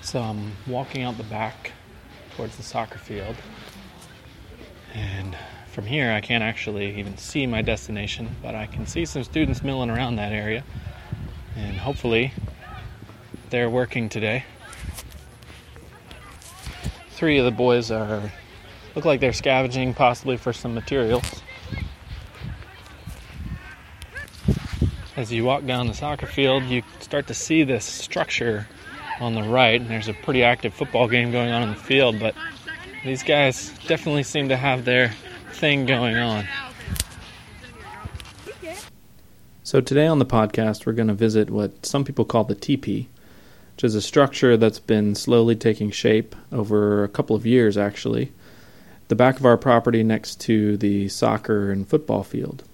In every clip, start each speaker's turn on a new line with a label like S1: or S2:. S1: was um, walking out the back towards the soccer field, and from here I can't actually even see my destination, but I can see some students milling around that area, and hopefully they're working today. Three of the boys are look like they're scavenging possibly for some materials. As you walk down the soccer field, you start to see this structure on the right, and there's a pretty active football game going on in the field, but these guys definitely seem to have their thing going on. So, today on the podcast, we're going to visit what some people call the teepee, which is a structure that's been slowly taking shape over a couple of years, actually, the back of our property next to the soccer and football field.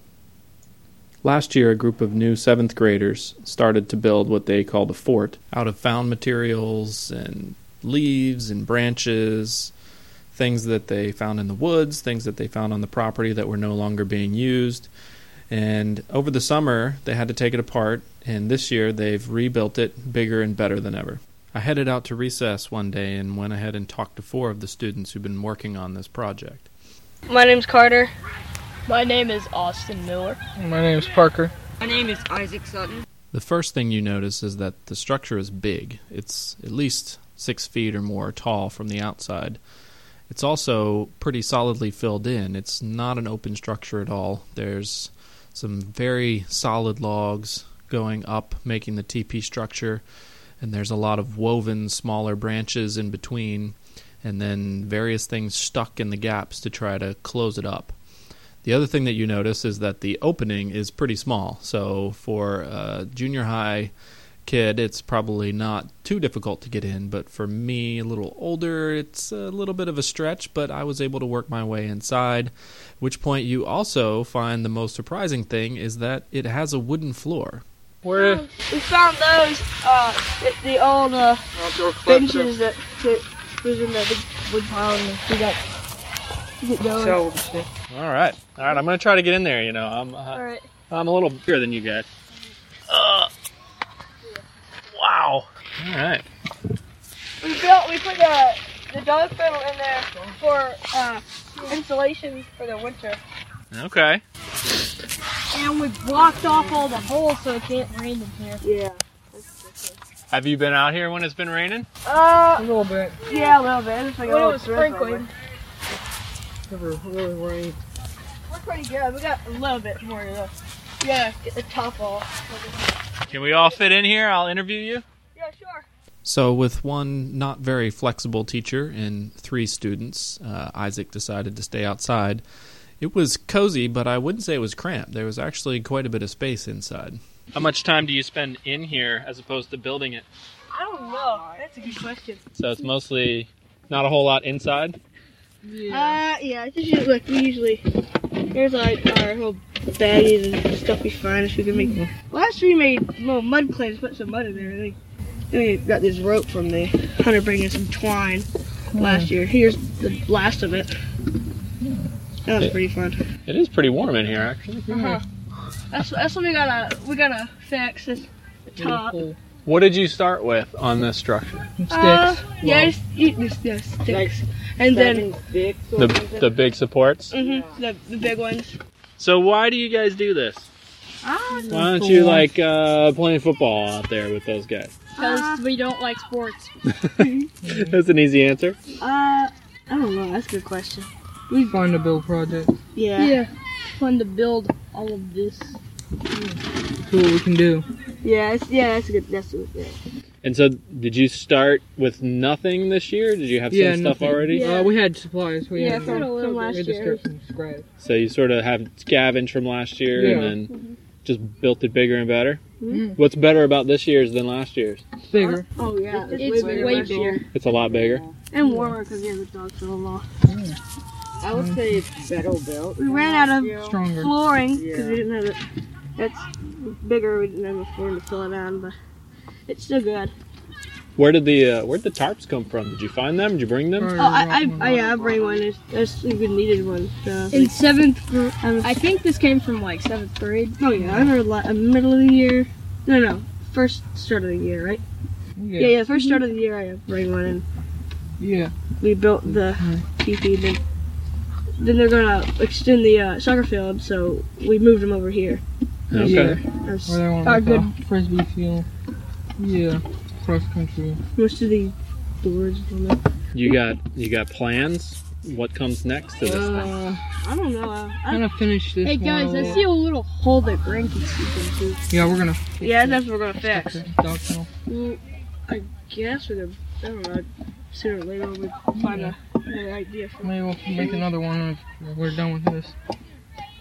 S1: Last year, a group of new seventh graders started to build what they called a fort out of found materials and leaves and branches, things that they found in the woods, things that they found on the property that were no longer being used. And over the summer, they had to take it apart, and this year they've rebuilt it bigger and better than ever. I headed out to recess one day and went ahead and talked to four of the students who've been working on this project.
S2: My name's Carter.
S3: My name is Austin Miller.
S4: My name's Parker.
S5: My name is Isaac Sutton.
S1: The first thing you notice is that the structure is big. It's at least six feet or more tall from the outside. It's also pretty solidly filled in. It's not an open structure at all. There's some very solid logs going up, making the teepee structure, and there's a lot of woven smaller branches in between, and then various things stuck in the gaps to try to close it up. The other thing that you notice is that the opening is pretty small. So for a junior high kid, it's probably not too difficult to get in. But for me, a little older, it's a little bit of a stretch. But I was able to work my way inside. At which point you also find the most surprising thing is that it has a wooden floor.
S4: We're
S2: We found those, uh, the, the old uh,
S4: outdoor collective.
S2: benches that, that was in the big wood pile, and we got to get going.
S4: So,
S1: All right, all right. I'm gonna try to get in there. You know, I'm
S2: All right.
S1: I'm a little bigger than you guys. Uh, wow. All right.
S2: We built, we put the the dog kennel in there for uh, insulation for the winter.
S1: Okay.
S3: And we blocked off all the holes so it can't rain in here.
S2: Yeah.
S1: Have you been out here when it's been raining?
S4: a
S2: Uh,
S4: little bit.
S2: yeah, a little bit. It's like a
S3: When it
S2: little
S3: was
S2: drip on
S3: sprinkling.
S2: it.
S4: Never really rained.
S2: We're pretty good. We got a little bit more to go. Yeah, get the top off.
S1: Can we all fit in here? I'll interview you.
S2: Yeah, sure.
S1: So, with one not very flexible teacher and three students, uh, Isaac decided to stay outside. It was cozy, but I wouldn't say it was cramped. There was actually quite a bit of space inside. How much time do you spend in here as opposed to building it?
S2: I don't know. That's a good question.
S1: So, it's mostly not a whole lot inside.
S2: Uh, yeah, it's usually like we usually here's like our whole baggies and stuff we find if we can make. Last we made little mud clays, put some mud in there. I think. Then we got this rope from the hunter bringing some twine last year. Here's the last of it. That was pretty fun.
S1: It is pretty warm in here, actually.
S2: Uh-huh. That's that's what we gotta we gotta fix this top.
S4: Cool.
S1: What did you start with on this structure?
S4: Sticks.
S2: Uh, yeah,
S4: Well,
S2: just eat this, this sticks, and then
S1: The, the big supports.
S2: mhm, the the big ones.
S1: So, why do you guys do this?
S2: Ah,
S1: Why don't you like uh, playing football out there with those guys?
S2: Uh,
S3: Because we don't like sports.
S1: That's an easy answer.
S2: Uh, I don't know. That's a good question.
S4: we find a build project.
S2: Yeah.
S3: Yeah. Fun to build all of this.
S4: See what we can do.
S2: Yeah, it's, yeah, that's a good. That's a good. Yeah.
S1: And so, did you start with nothing this year? Did you have
S4: Yeah,
S1: some stuff
S4: nothing.
S1: already?
S2: Yeah.
S4: Uh, we had supplies. We
S2: Yeah,
S4: had, uh,
S2: from,
S3: a little
S2: from
S3: bit.
S2: last
S4: we had to
S2: year.
S4: start from scratch.
S1: So you sort of have scavenged from last year and
S4: Yeah.
S1: then just built it bigger and better. What's better about this year's than last year's?
S4: It's bigger.
S2: Oh yeah, it's,
S3: It's
S2: way, bigger.
S3: way
S2: last year.
S1: It's a lot bigger.
S2: and warmer because we have the dogs for the law.
S5: I would say it's better built.
S2: We ran out of
S4: Stronger.
S2: flooring because
S5: Yeah.
S2: we didn't have it. It's bigger. We didn't have the flooring to fill it on, but it's still good.
S1: Where did the uh, where would the tarps come from? Did you find them? Did you bring them?
S4: Or
S2: Oh, I,
S4: rock-
S2: I, I, yeah, I bring one. It's, it's we needed one. So.
S3: In seventh, gr-
S2: Um,
S3: I think this came from like seventh grade.
S2: oh yeah, I remember la- uh, middle of the year. No, no, first start of the year, right? Yeah, yeah, first start Mm-hmm. of the year I bring one in.
S4: Yeah.
S2: We built the teepee, then, then they're gonna extend the uh, soccer field, so we moved them over here.
S4: Yeah.
S1: Okay.
S2: That's
S4: Or they want
S2: our
S4: like
S2: good
S4: a uh, frisbee field. Yeah. Cross country.
S2: most of the boards. on there.
S1: You got you got plans. What comes next to this? thing?
S4: Uh,
S2: I don't know. I,
S4: I'm gonna finish this
S3: Hey
S4: one
S3: guys, I
S4: over.
S3: see a little hole that Brain can see into.
S4: Yeah, we're gonna
S2: yeah, that's what we're gonna fix.
S4: fix dog kennel.
S2: Well, I guess we're gonna. I don't know. Sooner or later we'll find a, another idea for.
S4: Maybe we'll make another one if we're done with this.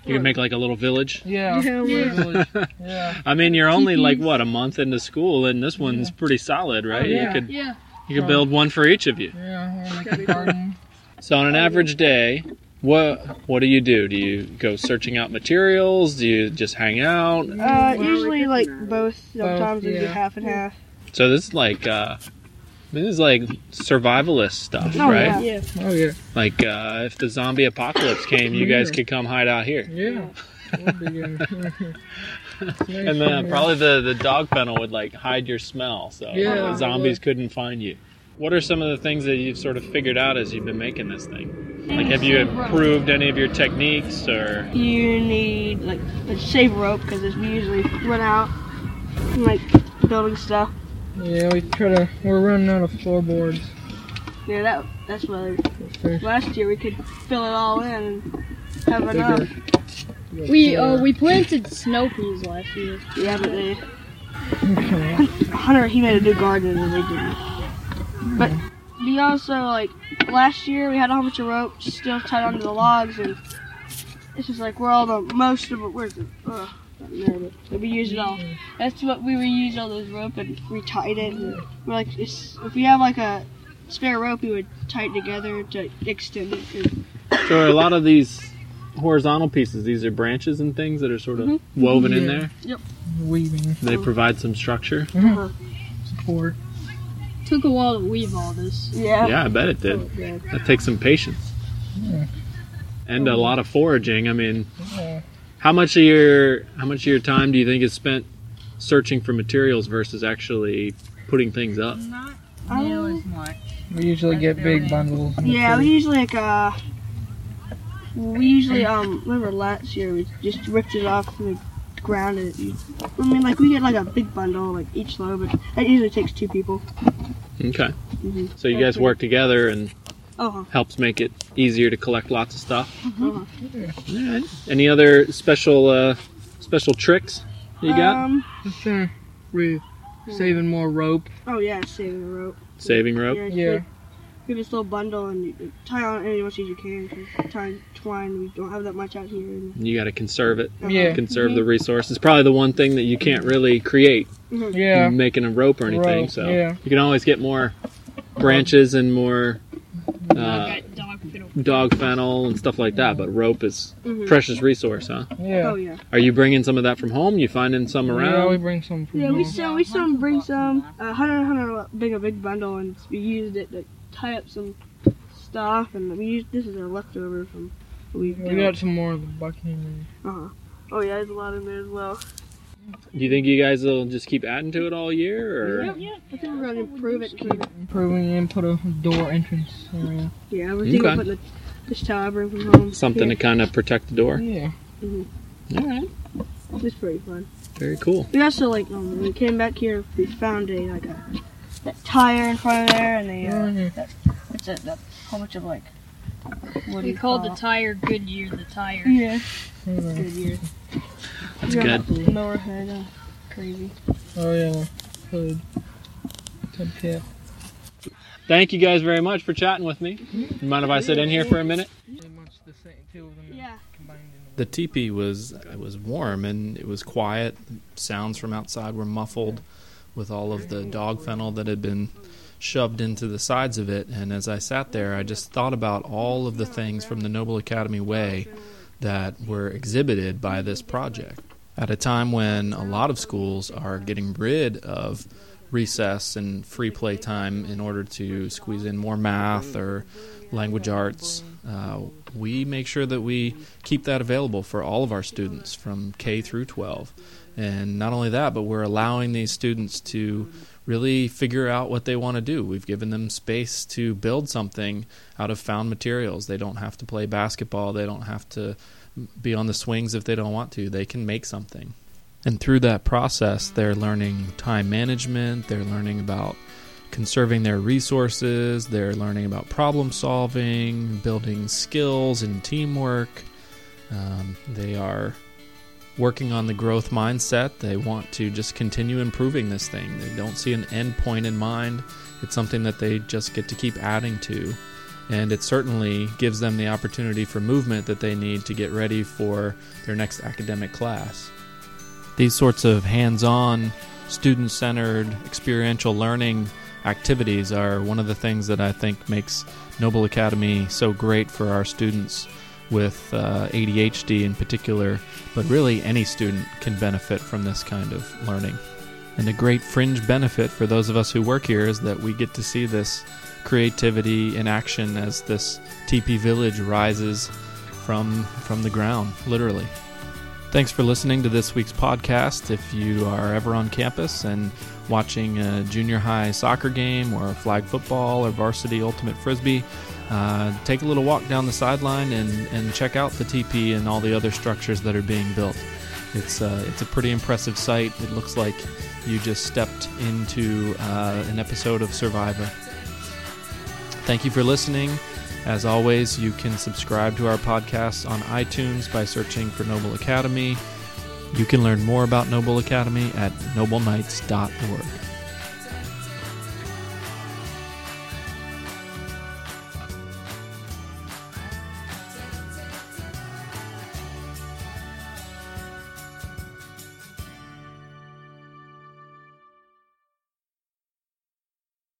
S1: You can make like a little village.
S4: Yeah.
S2: Yeah, we're-
S4: Village. yeah.
S1: I mean, you're only like what a month into school, and this one's pretty solid, right?
S4: yeah.
S1: You could
S3: Yeah.
S1: you could build one for each of you.
S4: Yeah. We'll make a garden.
S1: So on an average day, what what do you do? Do you go searching out materials? Do you just hang out?
S2: Uh, usually like both. Sometimes we do
S4: yeah.
S2: half and half.
S1: So this is like uh, this is like survivalist stuff,
S2: Oh,
S1: right?
S2: Yeah.
S4: Oh yeah.
S1: Like uh, if the zombie apocalypse came, you guys could come hide out here.
S4: Yeah. We'll be good. It's nice
S1: And then
S4: here.
S1: probably the, the dog kennel would like hide your smell, so
S4: Yeah.
S1: the zombies couldn't find you. What are some of the things that you've sort of figured out as you've been making this thing? Like, have you improved any of your techniques, or
S2: You need like a shave rope because we usually run out from, like building stuff.
S4: Yeah, we try to. We're running out of floorboards.
S2: Yeah, that that's what.
S4: Finish
S2: Last year we could fill it all in and have enough.
S4: bigger.
S3: We uh we planted snow peas last year.
S2: Yeah, but they
S4: Okay.
S2: Hunter he made a new garden and they didn't. But we also like last year we had a whole bunch of rope still tied onto the logs and it's just like we're all the most of it where's it? Ugh, not there, but we used it all. That's what we were used all those rope and we tied it. And we're like it's, if we have like a spare rope we would tie it together to extend it. And
S1: so are a lot of these horizontal pieces? These are branches and things that are sort of woven in
S4: Yeah.
S1: there.
S4: Weaving
S1: They provide some structure.
S4: support.
S3: Took a while to weave all this.
S2: yeah.
S1: Yeah, I bet it did. That takes some patience and a lot of foraging. I mean,
S4: Yeah.
S1: how much of your how much of your time do you think is spent searching for materials versus actually putting things up?
S5: Not
S3: Oh.
S2: Um,
S5: much.
S4: We usually get big bundles. and
S2: Yeah, we
S4: we
S2: usually like uh, we usually um, remember last year we just ripped it off and we grounded it. and- I mean, like we get like a big bundle like each load, but that usually takes two people.
S1: Okay,
S2: Mhm.
S1: so you guys work together and
S2: Oh,
S1: helps make it easier to collect lots of stuff.
S2: uh-huh.
S1: All right. Any other special uh, special tricks you got?
S2: Um,
S4: just trying to we're saving more rope.
S2: oh yeah, saving the rope.
S1: Saving rope.
S4: Yeah.
S2: We have this little bundle and you tie on any much as you can. 'cause Tie twine. We don't have that much out here. And,
S1: You got to conserve it.
S4: Yeah. Mm-hmm.
S1: Conserve the resource. It's probably the one thing that you can't really create
S4: Yeah.
S1: making a rope or anything.
S4: Rope,
S1: so
S4: yeah.
S1: you can always get more branches and more uh,
S3: Got dog fiddle.
S1: dog fennel and stuff like that. But rope is
S4: Mm-hmm.
S2: Mhm.
S1: precious resource, huh?
S4: Yeah.
S2: Oh yeah.
S1: Are you bringing some of that from home? You finding some
S4: Yeah, we
S1: around?
S4: bring some. From
S2: Yeah, we
S4: home.
S2: still we still bring some. Uh, Hunter Hunter bring a big bundle and we used it to tie up some stuff and we used this is our leftover from we
S4: We got some more of the Buckingham.
S2: uh Oh yeah, there's a lot in there as well.
S1: Do you think you guys will just keep adding to it all year? Or?
S2: I think we're gonna improve it.
S4: Improving and put a door entrance area.
S2: Yeah, we're thinking
S1: Okay.
S2: of putting the fish towel I bring from home.
S1: Something to kind of protect the door.
S4: Yeah.
S1: All right.
S2: to. It's pretty fun.
S1: Very cool.
S2: We also like um, when we came back here, we found a like a that tire in front of there and the uh,
S4: Yeah.
S2: it's a, that whole bunch of like what do
S3: We
S2: you
S3: called
S2: call
S3: the
S2: it?
S3: tire Goodyear the tire.
S2: yeah
S4: yeah.
S2: good year.
S1: That's
S2: Yeah.
S1: good.
S2: Mower head, uh, crazy.
S4: Oh yeah. Hood. Hood cap.
S1: Thank you guys very much for chatting with me. You mind if I sit in here for a minute?
S4: Pretty much the same two of them
S2: Yeah.
S4: combined in
S1: the teepee was it was warm and it was quiet. Sounds from outside were muffled with all of the dog fennel that had been shoved into the sides of it. And as I sat there, I just thought about all of the things from the Noble Academy Way that were exhibited by this project. At a time when a lot of schools are getting rid of recess and free play time in order to squeeze in more math or language arts, uh, we make sure that we keep that available for all of our students from K through 12. And not only that, but we're allowing these students to really figure out what they want to do. We've given them space to build something out of found materials. They don't have to play basketball, they don't have to be on the swings if they don't want to. They can make something. And through that process, they're learning time management, they're learning about conserving their resources, they're learning about problem solving, building skills and teamwork. Um, they are working on the growth mindset. They want to just continue improving this thing. They don't see an end point in mind. It's something that they just get to keep adding to. And it certainly gives them the opportunity for movement that they need to get ready for their next academic class. These sorts of hands on, student centered, experiential learning activities are one of the things that I think makes Noble Academy so great for our students with uh, ADHD in particular but really any student can benefit from this kind of learning. And a great fringe benefit for those of us who work here is that we get to see this creativity in action as this TP village rises from from the ground, literally. Thanks for listening to this week's podcast. If you are ever on campus and watching a junior high soccer game or flag football or varsity ultimate frisbee, uh, take a little walk down the sideline and, and check out the TP and all the other structures that are being built. It's, uh, it's a pretty impressive sight. It looks like you just stepped into uh, an episode of Survivor. Thank you for listening. As always, you can subscribe to our podcast on iTunes by searching for Noble Academy. You can learn more about Noble Academy at noblenights.org.